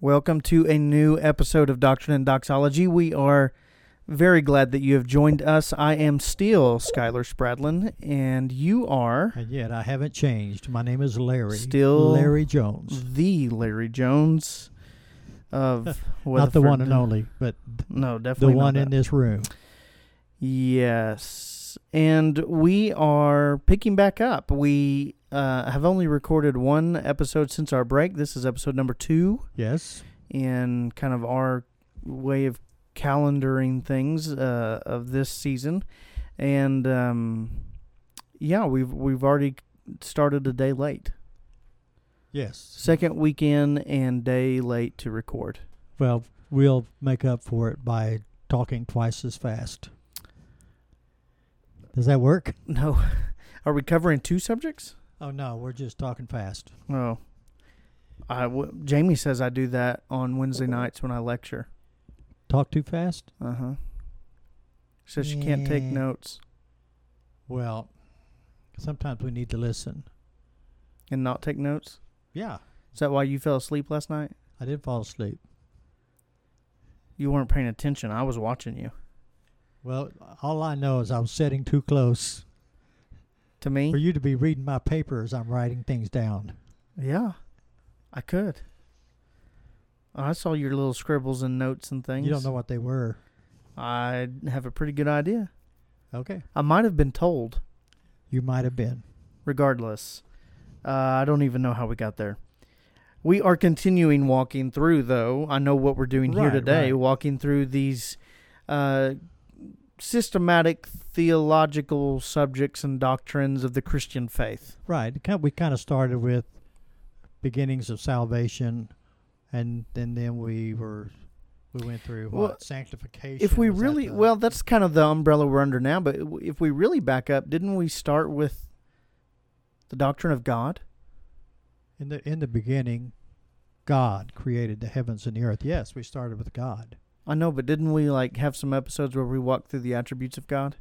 Welcome to a new episode of Doctrine and Doxology. We are very glad that you have joined us. I am still Skylar Spradlin, and you are And yet I haven't changed. My name is Larry. Still Larry Jones. the Larry Jones of Not the one and Weatherford- only, but No, the definitely not one that. in this room. Yes. And we are picking back up. We uh, have only recorded one episode since our break. This is episode number two Yes. in kind of our way of calendaring things uh, of this season. And um, yeah, we've we've already started a day late. Yes. Second weekend and day late to record. Well, we'll make up for it by talking twice as fast. Does that work? No. Are we covering two subjects? Oh no, we're just talking fast. Oh. I w- Jamie says I do that on Wednesday nights when I lecture. Talk too fast? Uh huh. Says she can't take Yeah. notes Well, sometimes we need to listen. and not take notes. Yeah. Is that why you fell asleep last night? I did fall asleep. You weren't paying attention. I was watching you. Well, all I know is I was sitting too close To for me? you to be reading my paper as I'm writing things down. Yeah. I could. I saw your little scribbles and notes and things. You don't know what they were. I have a pretty good idea. Okay. I might have been told. You might have been. regardless. Uh, I don't even know how we got there. We are continuing walking through, though. I know what we're doing here Right, today, right. walking through these uh, systematic theological subjects and doctrines of the Christian faith. Right. It kind- We kind of started with beginnings of salvation, and, and then we were we went through what Well, sanctification. If we was that really, the- well, that's kind of the umbrella we're under now, but if we really back up, didn't we start with the doctrine of God? in the in the beginning, God created the heavens and the earth. Yes, we started with God. I know, but didn't we like have some episodes where we walked through the attributes of God?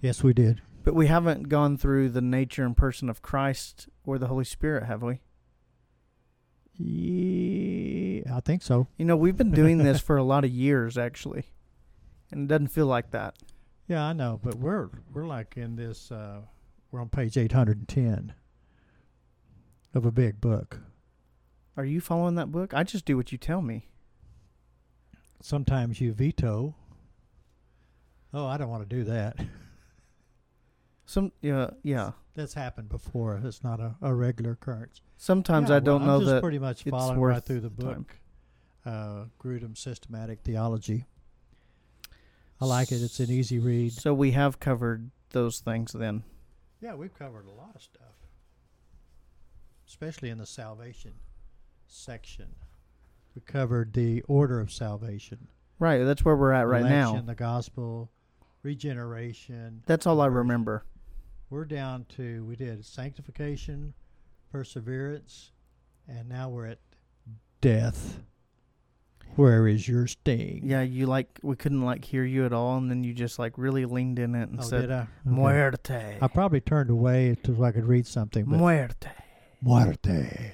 Yes, we did. But we haven't gone through the nature and person of Christ or the Holy Spirit, have we? Yeah, I think so. You know, we've been doing this for a lot of years, actually. And it doesn't feel like that. Yeah, I know. But we're we're like in this. Uh, we're on page eight hundred and ten of a big book. Are you following that book? I just do what you tell me. sometimes you veto. Oh, I don't want to do that. Some yeah, yeah. That's happened before. It's not a, a regular occurrence. Sometimes Yeah, I don't well, know I'm just that pretty much it's following worth right through the time. book, uh, Grudem systematic theology. I like it. It's an easy read. So we have covered those things then. Yeah, we've covered a lot of stuff, especially in the salvation section. We covered the order of salvation, Right, that's where we're at right now. election, the gospel, regeneration, That's all I remember. we're down to we did sanctification, perseverance, and now we're at death. Where is your sting? Yeah, you like we couldn't like hear you at all and then you just like really leaned in it and Oh, said did I? Okay. Muerte. I probably turned away so I could read something. But Muerte. muerte.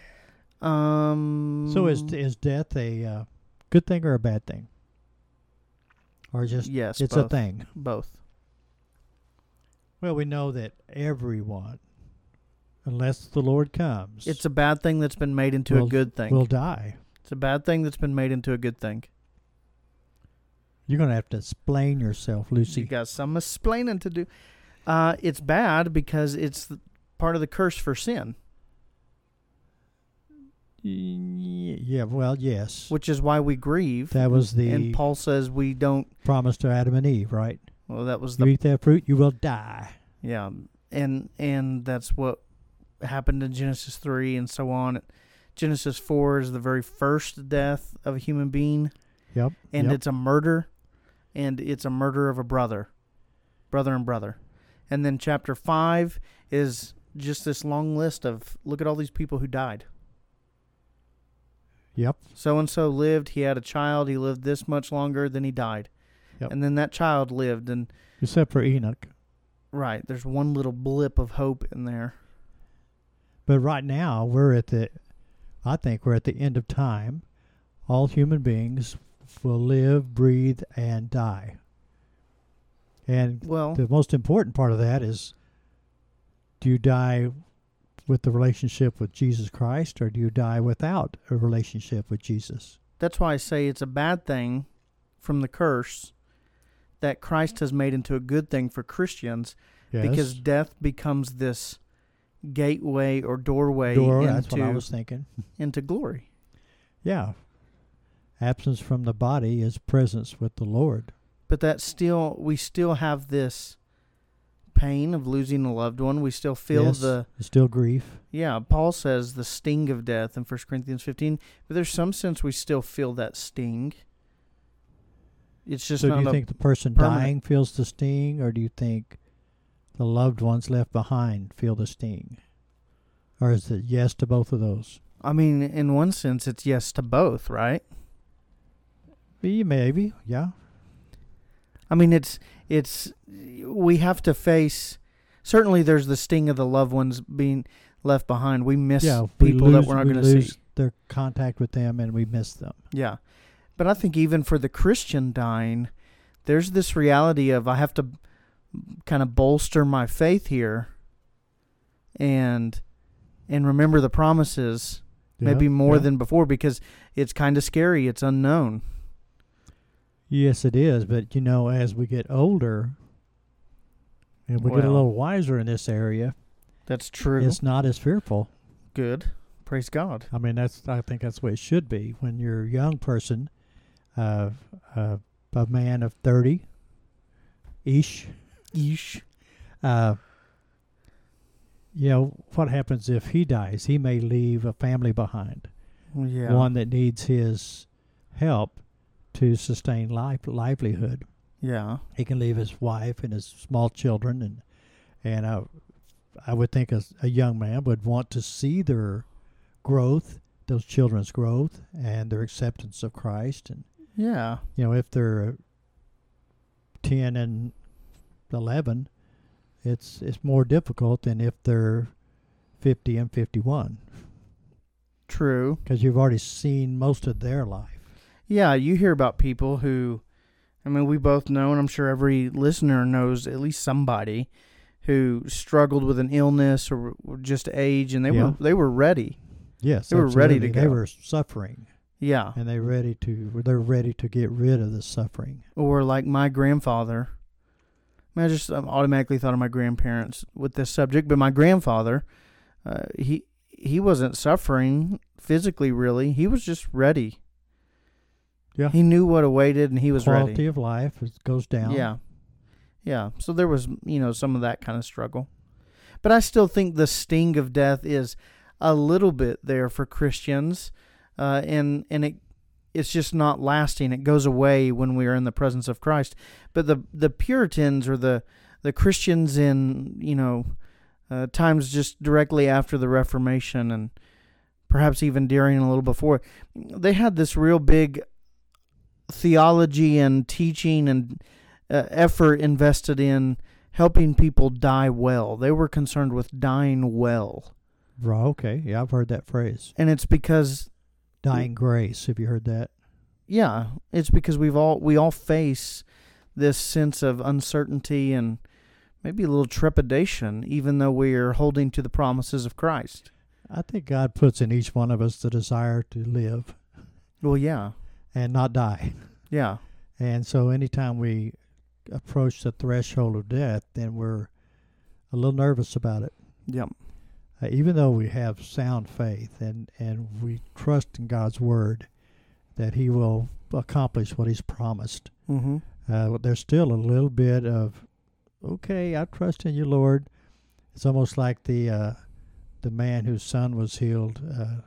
Um So is is death a uh, good thing or a bad thing, or just Yes, it's both. a thing? Both. Well, we know that everyone, unless the Lord comes, It's a bad thing that's been made into a Well, good thing. will die. it's a bad thing that's been made into a good thing. You're gonna have to explain yourself, Lucy. You got some explaining to do. Uh, it's bad because it's the, part of the curse for sin, Y- Yeah, well, yes. which is why we grieve. That was the and Paul says we don't. promise to Adam and Eve, right? Well, that was You the eat that fruit, you will die. yeah, and and that's what happened in Genesis three and so on. Genesis four is the very first death of a human being, Yep. and yep. it's a murder, and it's a murder of a brother, brother and brother, and then chapter five is just this long list of look at all these people who died. yep. So and so lived. He had a child. He lived this much longer. Then he died, Yep. and then that child lived. And Except for Enoch. right, there's one little blip of hope in there. But right now we're at the I think we're at the end of time. all human beings will live, breathe, and die. And Well, the most important part of that is do you die with the relationship with Jesus Christ or do you die without a relationship with Jesus? that's why I say it's a bad thing from the curse that Christ has made into a good thing for Christians Yes. because death becomes this gateway or doorway Dora, that's what I into, was thinking. into glory. Yeah. Absence from the body is presence with the Lord. But that still, we still have this pain of losing a loved one. We still feel Yes, the it's still grief. Yeah, Paul says the sting of death in 1 Corinthians 15, but there's some sense we still feel that sting. It's just so do not you a, think the person permanent- dying feels the sting or do you think the loved ones left behind feel the sting? Or is it yes to both of those? I mean, in one sense, it's yes to both, right? Be- Maybe, yeah. I mean, it's it's we have to face. Certainly, there's the sting of the loved ones being left behind. We miss yeah, we people that lose- we're not we going to lose see. Their contact with them, and we miss them. Yeah, but I think even for the Christian dying, there's this reality of I have to kind of bolster my faith here, and and remember the promises maybe more yeah. than before because it's kind of scary. It's unknown. Yes, it is. But you know, as we get older, and we get a Well. little wiser in this area, That's true. it's not as fearful. Good. Praise God. I mean, that's I think that's what it should be when you're a young person, uh, uh, a man of thirty, ish. Yeesh. Uh, you know what happens if he dies? He may leave a family behind. Yeah. one that needs his help to sustain life livelihood. Yeah. He can leave his wife and his small children, and and I, I would think a, a young man would want to see their growth, those children's growth, and their acceptance of Christ, and Yeah. you know if they're ten and eleven, it's it's more difficult than if they're fifty and fifty-one True. because you've already seen most of their life. Yeah, you hear about people who, I mean, we both know, and I'm sure every listener knows at least somebody who struggled with an illness or, or just age, and they Yeah. were they were ready. Yes, They were ready to absolutely. They go. were suffering, Yeah, and they ready to. They're ready to get rid of the suffering. or like my grandfather. I, mean, I just um, automatically thought of my grandparents with this subject, but my grandfather, uh, he he wasn't suffering physically, really. He was just ready. Yeah. he knew what awaited, and he was Quality ready. of life is- goes down. Yeah. Yeah. So there was, you know, some of that kind of struggle. But I still think the sting of death is a little bit there for Christians. Uh, and and it it's just not lasting. It goes away when we are in the presence of Christ. But the the Puritans or the the Christians in, you know, uh, times just directly after the Reformation and perhaps even during and a little before, they had this real big theology and teaching and uh, effort invested in helping people die well. They were concerned with dying well. Right, okay. Yeah, I've heard that phrase. And it's because Dying Mm. grace. Have you heard that? yeah, it's because we've all we all face this sense of uncertainty and maybe a little trepidation even though we are holding to the promises of Christ. I think God puts in each one of us the desire to live Well, yeah. and not die. Yeah. And so, anytime we approach the threshold of death, then we're a little nervous about it. Yep. uh, even though we have sound faith and, and we trust in God's word that He will accomplish what He's promised, Mhm. uh, there's still a little bit of, okay, I trust in you, Lord. It's almost like the uh, the man whose son was healed uh,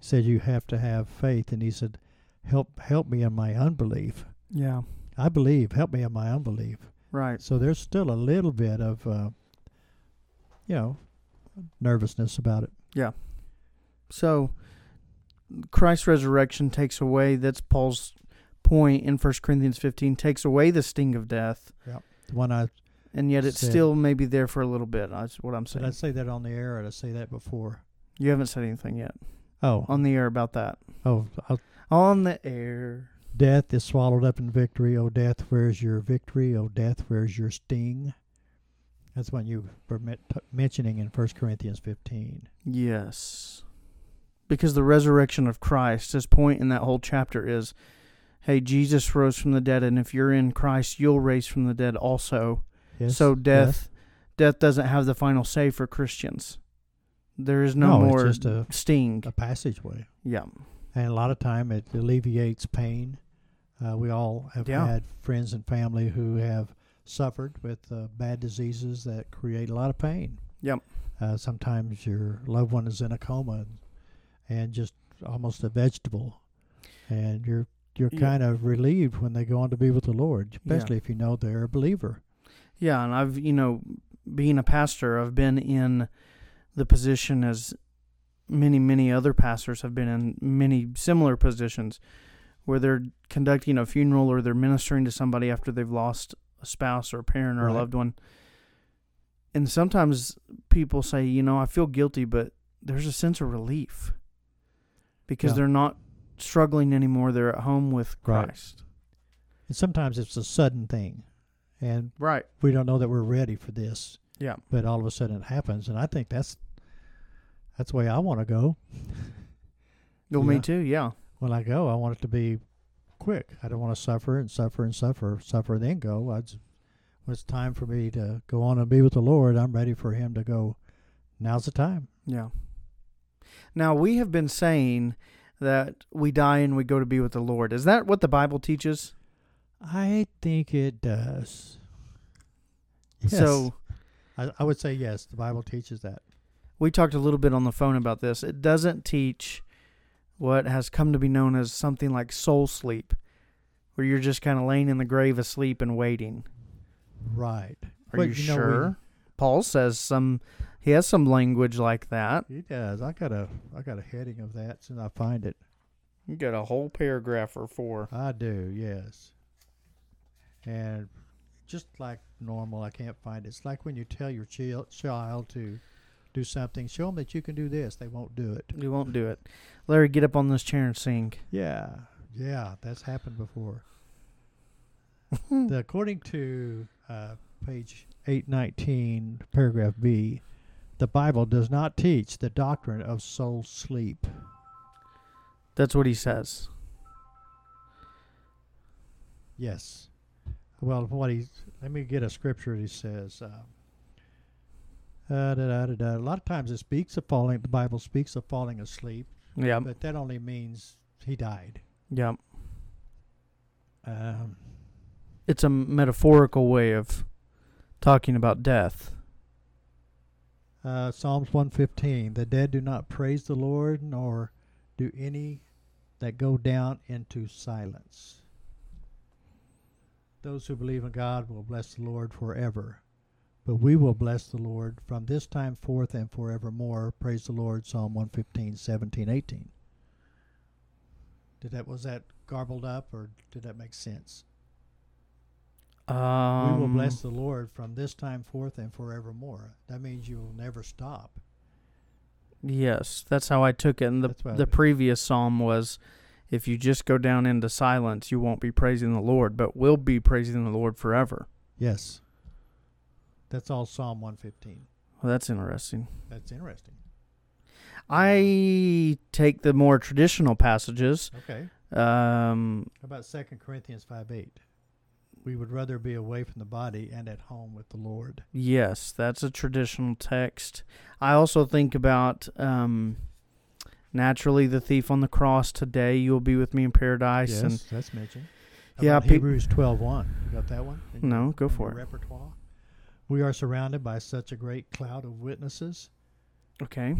said, "You have to have faith," and he said, "Help, help me in my unbelief. Yeah. I believe. Help me in my unbelief." Right. So there's still a little bit of, uh, you know, nervousness about it. So Christ's resurrection takes away that's Paul's point in 1 Corinthians 15 takes away the sting of death The one I and yet it's Said. still maybe there for a little bit. That's what I'm Did saying. I say that on the air? Or did I say that before? you haven't said anything yet Oh, on the air about that. oh, I, on the air. Death is swallowed up in victory. O death, where's your victory? O death, where's your sting? That's what you were men- t- mentioning in 1 Corinthians 15. Yes. Because the resurrection of Christ, his point in that whole chapter is hey, Jesus rose from the dead, and if you're in Christ, you'll raise from the dead also. Yes, so yes. death death doesn't have the final say for Christians. There is no, No, it's more just a- sting. a passageway. yeah. And a lot of time it alleviates pain. Uh, we all have Yeah. had friends and family who have suffered with uh, bad diseases that create a lot of pain. Yep. Uh, sometimes your loved one is in a coma and, and just almost a vegetable, and you're you're Yeah. kind of relieved when they go on to be with the Lord, Yeah. especially if you know they're a believer. Yeah, and I've you know, being a pastor, I've been in the position as many many other pastors have been in many similar positions, where they're conducting a funeral or they're ministering to somebody after they've lost a spouse or a parent or Right. a loved one. And sometimes people say, you know, I feel guilty, but there's a sense of relief because Yeah. they're not struggling anymore. They're at home with Right. Christ. And sometimes it's a sudden thing, and Right. we don't know that we're ready for this. Yeah. But all of a sudden it happens, and I think that's that's the way I want to go. Well, Yeah. me too. Yeah. When I go, I want it to be quick. I don't want to suffer and suffer and suffer, suffer then go. I just, when it's time for me to go on and be with the Lord, I'm ready for Him to go. Now's the time. Yeah. Now we have been saying that we die and we go to be with the Lord. Is that what the Bible teaches? I think it does. So I, I would say yes. The Bible teaches that. we talked a little bit on the phone about this. It doesn't teach what has come to be known as something like soul sleep, where you're just kind of laying in the grave asleep and waiting. Right. Are But you, know, we- sure? Paul says some he has some language like that. he does. I got a I got a heading of that soon. as I find it. You got a whole paragraph or four. I do, yes. And just like normal, I can't find it. It's like when you tell your chil- child to do something, show them that you can do this. They won't do it. You won't do it. Larry, get up on this chair and sing. Yeah, yeah, that's happened before. the, according to uh, page 819, paragraph B, the Bible does not teach the doctrine of soul sleep. That's what he says. Yes. Well, what he let me get a scripture. He says, uh, uh, da, da, da, da. a lot of times it speaks of falling. The Bible speaks of falling asleep, Yeah. but that only means he died. Yeah. Um, it's a metaphorical way of talking about death. uh, Psalms one fifteen: The dead do not praise the Lord, nor do any that go down into silence. Those who believe in God will bless the Lord forever. But we will bless the Lord from this time forth and forevermore. Praise the Lord. Psalm 115, 17, 18. Did that, was that garbled up or did that make sense? Um, we will bless the Lord from this time forth and forevermore. That means you will never stop. Yes, that's how I took it. And the That's what I the did. previous psalm was, if you just go down into silence, you won't be praising the Lord, but will be praising the Lord forever. Yes. That's all Psalm 115. Well, that's interesting. That's interesting. I take the more traditional passages. Okay. Um, How about 2 Corinthians 5 8? We would rather be away from the body and at home with the Lord. Yes, that's a traditional text. I also think about um, naturally the thief on the cross today. You'll be with me in paradise. And that's mentioned. Yeah, Yeah, pe- Hebrews twelve one. You got that one? in your- No, go in for your it. Repertoire. We are surrounded by such a great cloud of witnesses, okay,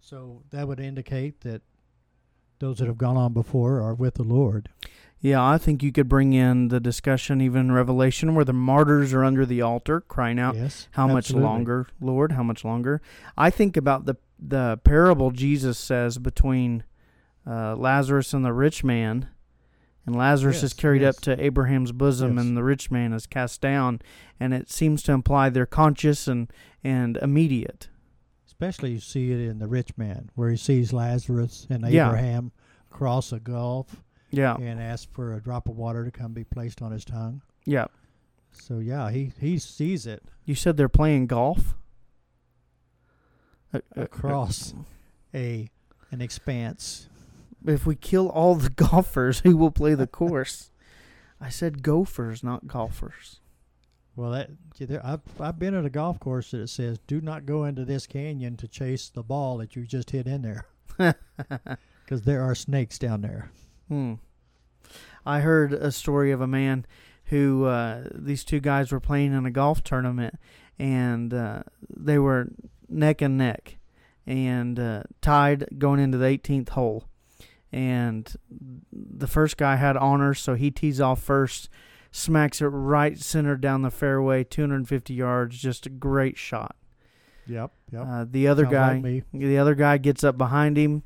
so that would indicate that those that have gone on before are with the Lord. yeah, I think you could bring in the discussion even in Revelation where the martyrs are under the altar crying out, yes. "How absolutely. much longer, Lord? How much longer?" I think about the the parable Jesus says between uh, Lazarus and the rich man. And Lazarus is Yes, carried yes. up to Abraham's bosom, Yes. and the rich man is cast down. And it seems to imply they're conscious and, and immediate. Especially you see it in the rich man, where he sees Lazarus and Yeah. Oh. Abraham cross a gulf Yeah. and ask for a drop of water to come be placed on his tongue. Yeah. So yeah, he he sees it You said they're playing golf? Uh, uh, across a an expanse. If we kill all the golfers, who will play the course? I said gophers, not golfers. Well, that yeah, there, I've I've been at a golf course that it says, "Do not go into this canyon to chase the ball that you just hit in there, because there are snakes down there." Hmm. I heard a story of a man who uh, these two guys were playing in a golf tournament, and uh, they were neck and neck, and uh, tied going into the 18th hole. And the first guy had honors, so he tees off first, smacks it right center down the fairway, 250 yards, just a great shot. Yep, yep. Uh, the other Sounds guy, like me. the other guy gets up behind him,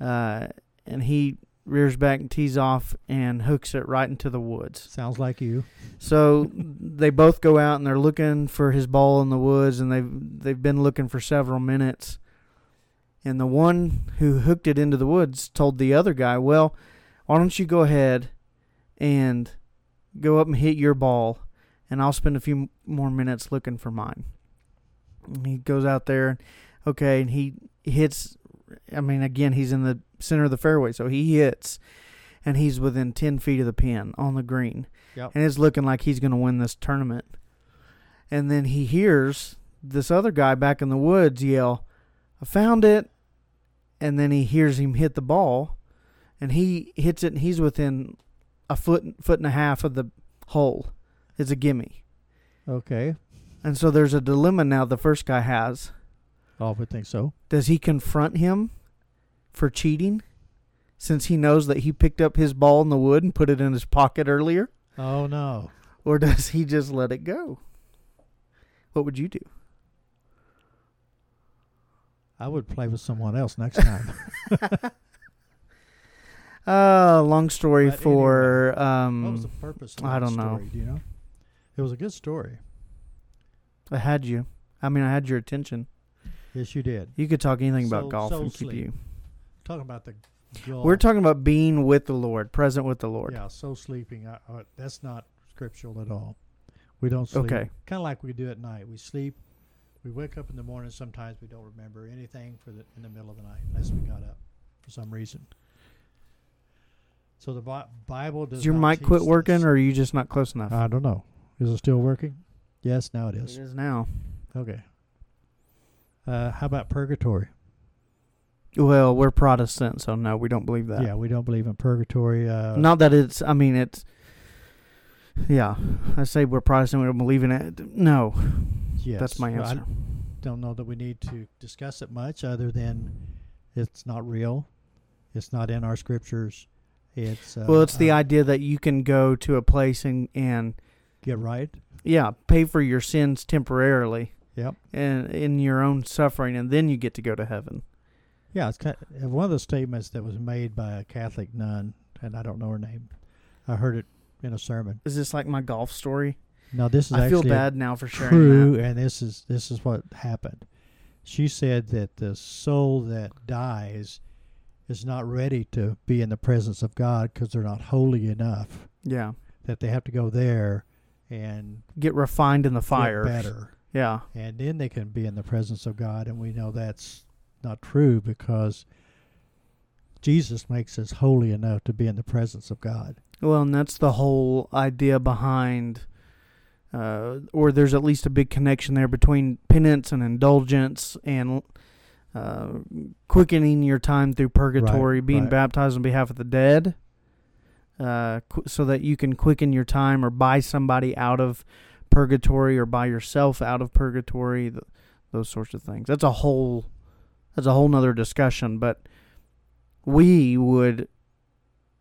uh, and he rears back and tees off and hooks it right into the woods. Sounds like you. So they both go out and they're looking for his ball in the woods, and they've they've been looking for several minutes. And the one who hooked it into the woods told the other guy, "Well, why don't you go ahead and go up and hit your ball, and I'll spend a few m- more minutes looking for mine." And he goes out there, okay, and he hits. I mean, again, he's in the center of the fairway, so he hits, and he's within ten feet of the pin on the green, Yep. and it's looking like he's going to win this tournament. And then he hears this other guy back in the woods yell, "I found it!" And then he hears him hit the ball, and he hits it, and he's within a foot foot and a half of the hole. It's a gimme, Okay, and so there's a dilemma now. The first guy has. I would think so. Does he confront him for cheating since he knows that he picked up his ball in the wood and put it in his pocket earlier? Oh no. Or does he just let it go? What would you do? I would play with someone else next time. Uh, long story But for what was the um, purpose? Of I that don't know. story, Do you know? It was a good story. I had you. I mean, I had your attention. Yes, you did. You could talk anything about Soul- golf soul and keep sleep. you. Talking about the. Golf. We're talking about being with the Lord, present with the Lord. Yeah, so sleeping. I, I, that's not scriptural at all. We don't sleep. Okay. Kind of like we do at night. We sleep. We wake up in the morning. Sometimes we don't remember anything for the in the middle of the night unless we got up for some reason. So the Bi- Bible does. Does your not mic teach quit this. working, or are you just not close enough? I don't know. Is it still working? Yes, now it it is. is now. Okay. Uh, how about purgatory? Well, we're Protestant, so no, we don't believe that. yeah, we don't believe in purgatory. Uh, Not that it's. I mean, it's. Yeah, I say we're Protestant. We don't believe in it. No, yes. that's my Well, I answer. don't know that we need to discuss it much other than it's not real. It's not in our scriptures. It's uh, well, it's the uh, idea that you can go to a place and and get right. yeah, pay for your sins temporarily Yep. and in your own suffering, and then you get to go to heaven. Yeah, it's kind of, one of the statements that was made by a Catholic nun, and I don't know her name. I heard it in a sermon. Is this like my golf story? Now this is I feel actually bad now for sharing true, that. and this is this is what happened. She said that the soul that dies is not ready to be in the presence of God because they're not holy enough. Yeah, That they have to go there and get refined in the get fire. better Yeah, and then they can be in the presence of god and we know that's not true because jesus makes us holy enough to be in the presence of god Well, and that's the whole idea behind, uh, or there's at least a big connection there between penance and indulgence and uh, quickening your time through purgatory, being right. baptized on behalf of the dead, uh, qu- so that you can quicken your time or buy somebody out of purgatory or buy yourself out of purgatory, th- those sorts of things. That's a whole, that's a whole nother discussion, but we would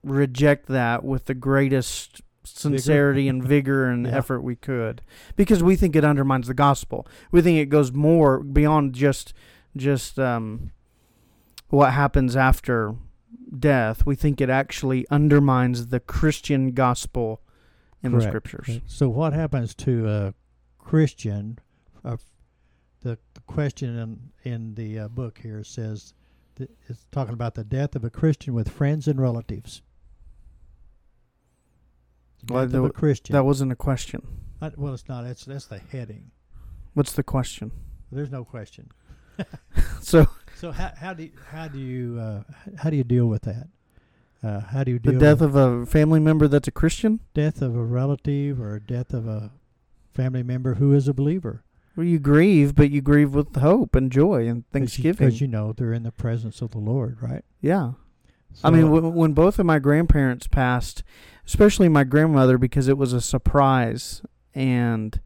reject that with the greatest sincerity and vigor and Yeah. effort we could because we think it undermines the gospel we think it goes more beyond just just um, what happens after death we think it actually undermines the christian gospel in the Correct. scriptures so what happens to a christian uh, the, the question in, in the uh, book here says Th- It's talking about the death of a Christian with friends and relatives. Well, death that of a w- Christian. That wasn't a question. Uh, well, it's not. That's that's the heading. What's the question? There's no question. So So how, how do you, how do you uh, h- how do you deal with that? Uh, how do you the deal death of with a family member that's a Christian? death of a relative or death of a family member who is a believer? Well, you grieve, but you grieve with hope and joy and thanksgiving. because you, know they're in the presence of the Lord, right? yeah. I mean, So, w- when both of my grandparents passed, especially my grandmother, because it was a surprise and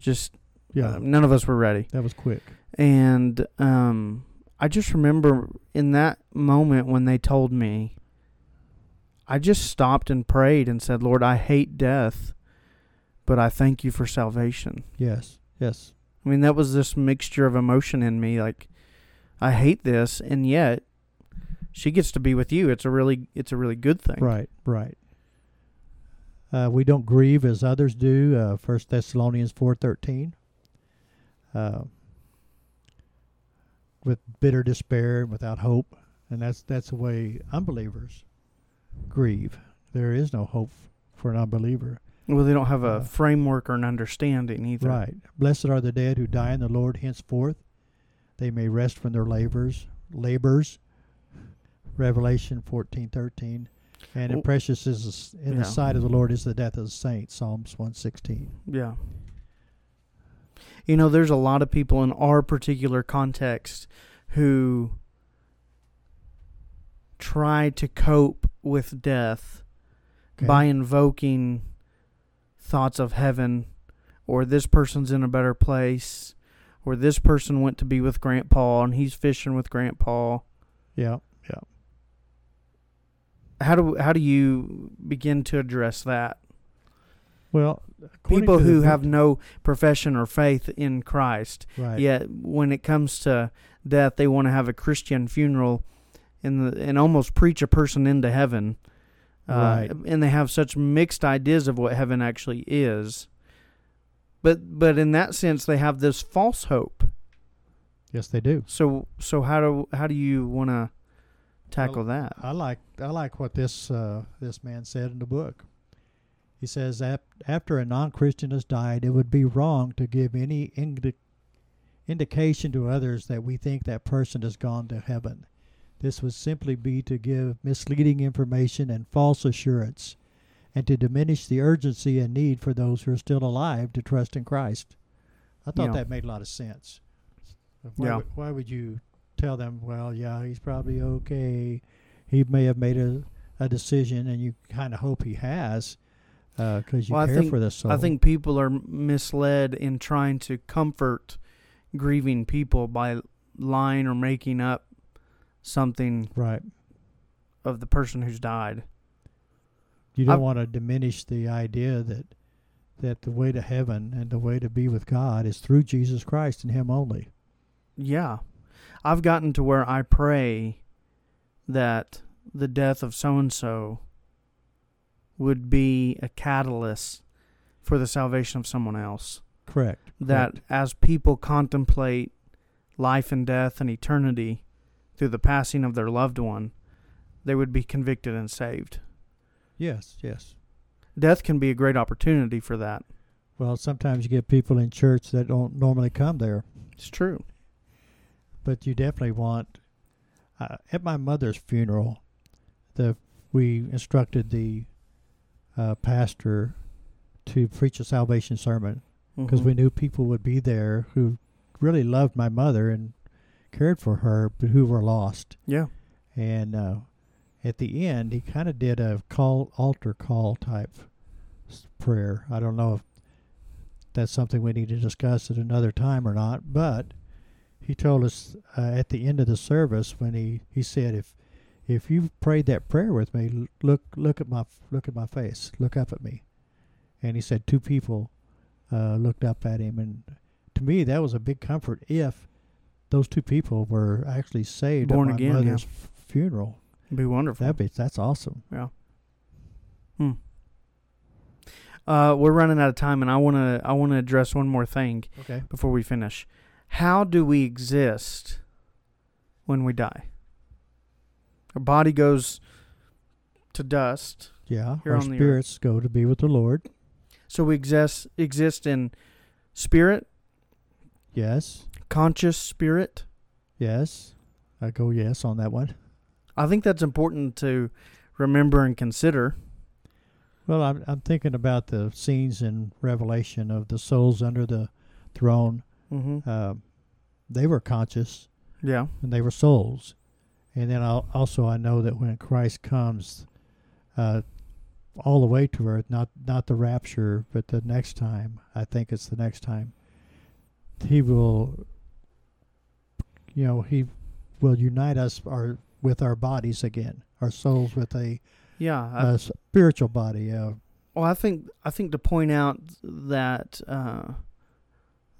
just yeah, uh, none of us were ready. that was quick. And um, I just remember in that moment when they told me, I just stopped and prayed and said, Lord, I hate death, but I thank you for salvation. Yes, yes, I mean, that was this mixture of emotion in me. Like, I hate this, and yet she gets to be with you. It's a really, it's a really good thing. right, right. Uh, we don't grieve as others do. Uh, First Thessalonians four thirteen. Uh, with bitter despair and without hope, and that's that's the way unbelievers grieve. There is no hope for an unbeliever. Well, they don't have Uh, a framework or an understanding either. Right. Blessed are the dead who die in the Lord henceforth. They may rest from their labors, labors. Revelation fourteen thirteen, And Oh. in precious is the, in Yeah. the sight of the Lord is the death of the saints, Psalms 116. Yeah. You know, there's a lot of people in our particular context who try to cope with death Okay? by invoking thoughts of heaven or this person's in a better place or this person went to be with grandpa and he's fishing with grandpa yeah. how do how do you begin to address that Well, according people to the who have Vict- no profession or faith in Christ right. yet when it comes to death they want to have a christian funeral and the, and almost preach a person into heaven uh, Right. and they have such mixed ideas of what heaven actually is but but in that sense they have this false hope Yes, they do. so so how do how do you want to tackle that I like I like what this uh, this man said in the book. He says that after a non-Christian has died, it would be wrong to give any indi- indication to others that we think that person has gone to heaven. This would simply be to give misleading information and false assurance, and to diminish the urgency and need for those who are still alive to trust in Christ. I thought Yeah. that made a lot of sense. Why, Yeah. would, why would you tell them, well, yeah, he's probably okay. He may have made a, a decision, and you kind of hope he has because you Well, I care think- for this soul. i think people are misled in trying to comfort grieving people by lying or making up something Right. of the person who's died You don't I've- want to diminish the idea that that the way to heaven and the way to be with God is through Jesus Christ and Him only. Yeah. I've gotten to where I pray that the death of so and so would be a catalyst for the salvation of someone else. Correct. That as people contemplate life and death and eternity through the passing of their loved one, they would be convicted and saved. Yes. Yes. Death can be a great opportunity for that. Well, sometimes you get people in church that don't normally come there. It's true. but you definitely want uh, at my mother's funeral the we instructed the uh, pastor to preach a salvation sermon Mm-hmm. because we knew people would be there who really loved my mother and cared for her but who were lost Yeah. and uh, at the end he kind of did a call altar call type s- prayer i don't know if that's something we need to discuss at another time or not but he told us uh, at the end of the service when he, he said if if you prayed that prayer with me l- look look at my look at my face look up at me and he said two people uh, looked up at him and to me that was a big comfort if those two people were actually saved Born at my again, yeah. mother's f- funeral It'd be wonderful. that be that's awesome. Hmm. Uh, we're running out of time, and I wanna I wanna address one more thing. Okay. before we finish. How do we exist when we die? Our body goes to dust. Yeah, Here our on the earth. spirits go to be with the Lord. So we exist exist in spirit, Yes, conscious spirit. yes. I go yes on that one. I think that's important to remember and consider. Well, I'm I'm thinking about the scenes in Revelation of the souls under the throne. Mm-hmm. Uh, they were conscious Yeah. and they were souls. And then I'll, also I know that when Christ comes, uh, all the way to earth, not not the rapture, but the next time. I think it's the next time. He will, you know, he will unite us our with our bodies again, our souls with a, Yeah. I- a spiritual body. Uh, Well, I think I think to point out that uh,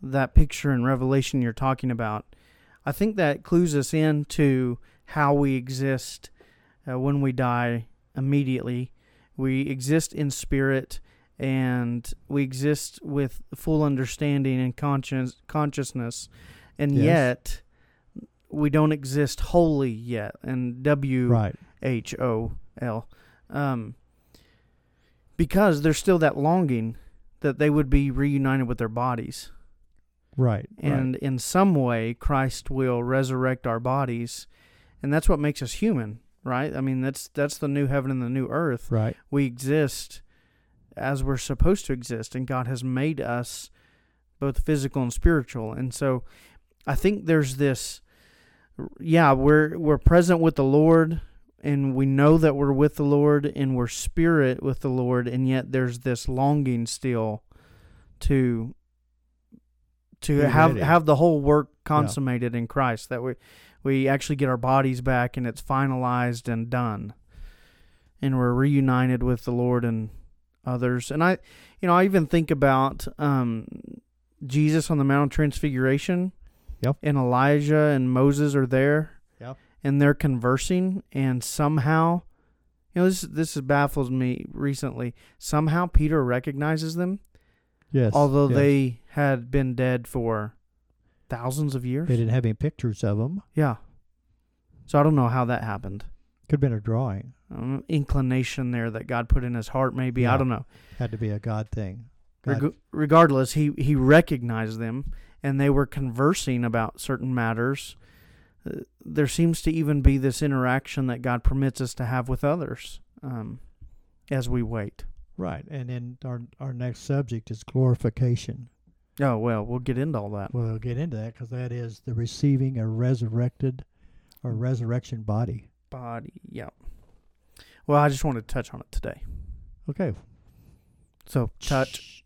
that picture in Revelation you're talking about, I think that clues us into how we exist uh, when we die. Immediately, we exist in spirit, and we exist with full understanding and conscious consciousness, and Yes. yet we don't exist wholly yet. And W right. H O L. Um, because there's still that longing that they would be reunited with their bodies. Right. right. And in some way, Christ will resurrect our bodies. And that's what makes us human, right? I mean, that's that's the new heaven and the new earth. Right. We exist as we're supposed to exist, and God has made us both physical and spiritual. And so I think there's this yeah, we're we're present with the Lord and we know that we're with the Lord and we're spirit with the Lord and yet there's this longing still to to Be have ready. have the whole work consummated in Christ that we we actually get our bodies back and it's finalized and done and we're reunited with the Lord and others and I you know I even think about um Jesus on the Mount of Transfiguration Yep. and Elijah and Moses are there Yep. and they're conversing and somehow you know this this has baffles me recently somehow Peter recognizes them Yes. although yes. they had been dead for thousands of years they didn't have any pictures of them. yeah so I don't know how that happened Could have been a drawing. um, inclination there that God put in his heart maybe I Yeah. don't know Had to be a God thing. God Reg- regardless, he, he recognized them and they were conversing about certain matters. Uh, There seems to even be this interaction that God permits us to have with others um, as we wait. Right, and then our our next subject is glorification. Oh, well, we'll get into all that. We'll get into that because that is the receiving a resurrected or resurrection body. Body, yeah. Well, I just want to touch on it today. Okay, So, touch.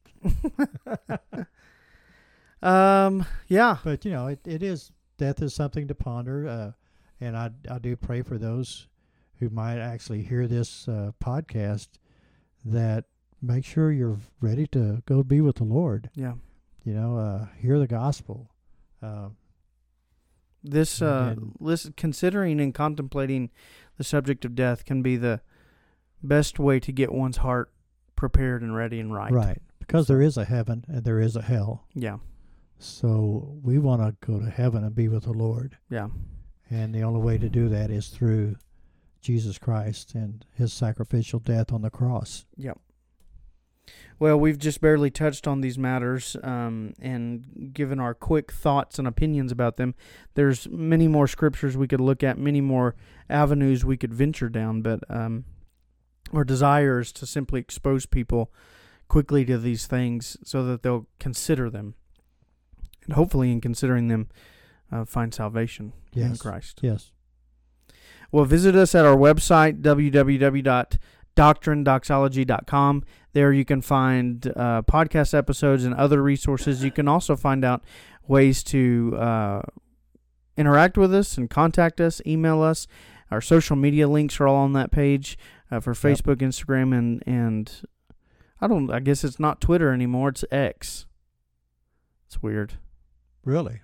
Um, yeah. But you know, it, it is death is something to ponder, uh, and I I do pray for those who might actually hear this uh, podcast that make sure you're ready to go be with the Lord. Yeah. You know, uh, hear the gospel. Uh, This uh And- listen, considering and contemplating the subject of death can be the best way to get one's heart prepared and ready and right. right, because there is a heaven and there is a hell. Yeah. So we want to go to heaven and be with the Lord. Yeah. And the only way to do that is through Jesus Christ and his sacrificial death on the cross. Well, we've just barely touched on these matters um, and given our quick thoughts and opinions about them. There's many more scriptures we could look at, many more avenues we could venture down, but um, our desire is to simply expose people quickly to these things so that they'll consider them. And hopefully, in considering them, uh, find salvation in Yes. Christ. Yes. Well, visit us at our website, www.doctrinedoxology.com. There you can find uh, podcast episodes and other resources. You can also find out ways to uh, interact with us and contact us, email us. Our social media links are all on that page uh, for Yep. Facebook, Instagram, and and I don't. I guess it's not Twitter anymore. It's X. It's weird. Really?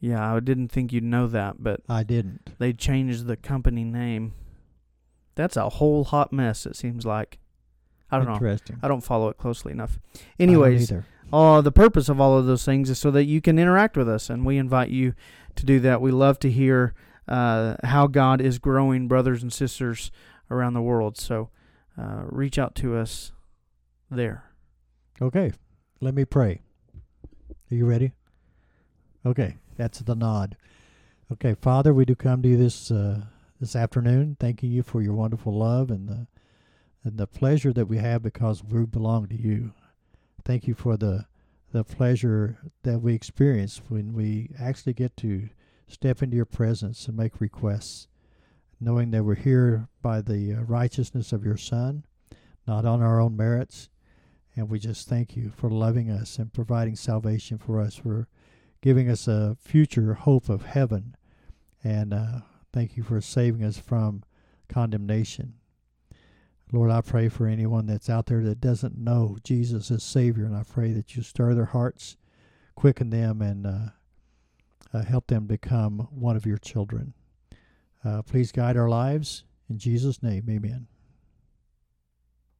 Yeah, I didn't think you'd know that, but I didn't. they changed the company name. That's a whole hot mess, it seems like. I don't know. Interesting. I don't follow it closely enough. I don't Anyways, either. uh, the purpose of all of those things is so that you can interact with us, and we invite you to do that. We love to hear uh, how God is growing brothers and sisters around the world. So uh, reach out to us there. Okay, let me pray. Are you ready? Okay, that's the nod. Okay, Father, we do come to you this uh, this afternoon, thanking you for your wonderful love and the and the pleasure that we have because we belong to you. Thank you for the the pleasure that we experience when we actually get to step into your presence and make requests, knowing that we're here by the uh, righteousness of your Son, not on our own merits. And we just thank you for loving us and providing salvation for us, for giving us a future hope of heaven. And uh, thank you for saving us from condemnation. Lord, I pray for anyone that's out there that doesn't know Jesus as Savior, and I pray that you stir their hearts, quicken them, and uh, uh, help them Uh, become one of your children. please guide our lives. In Jesus' name, amen.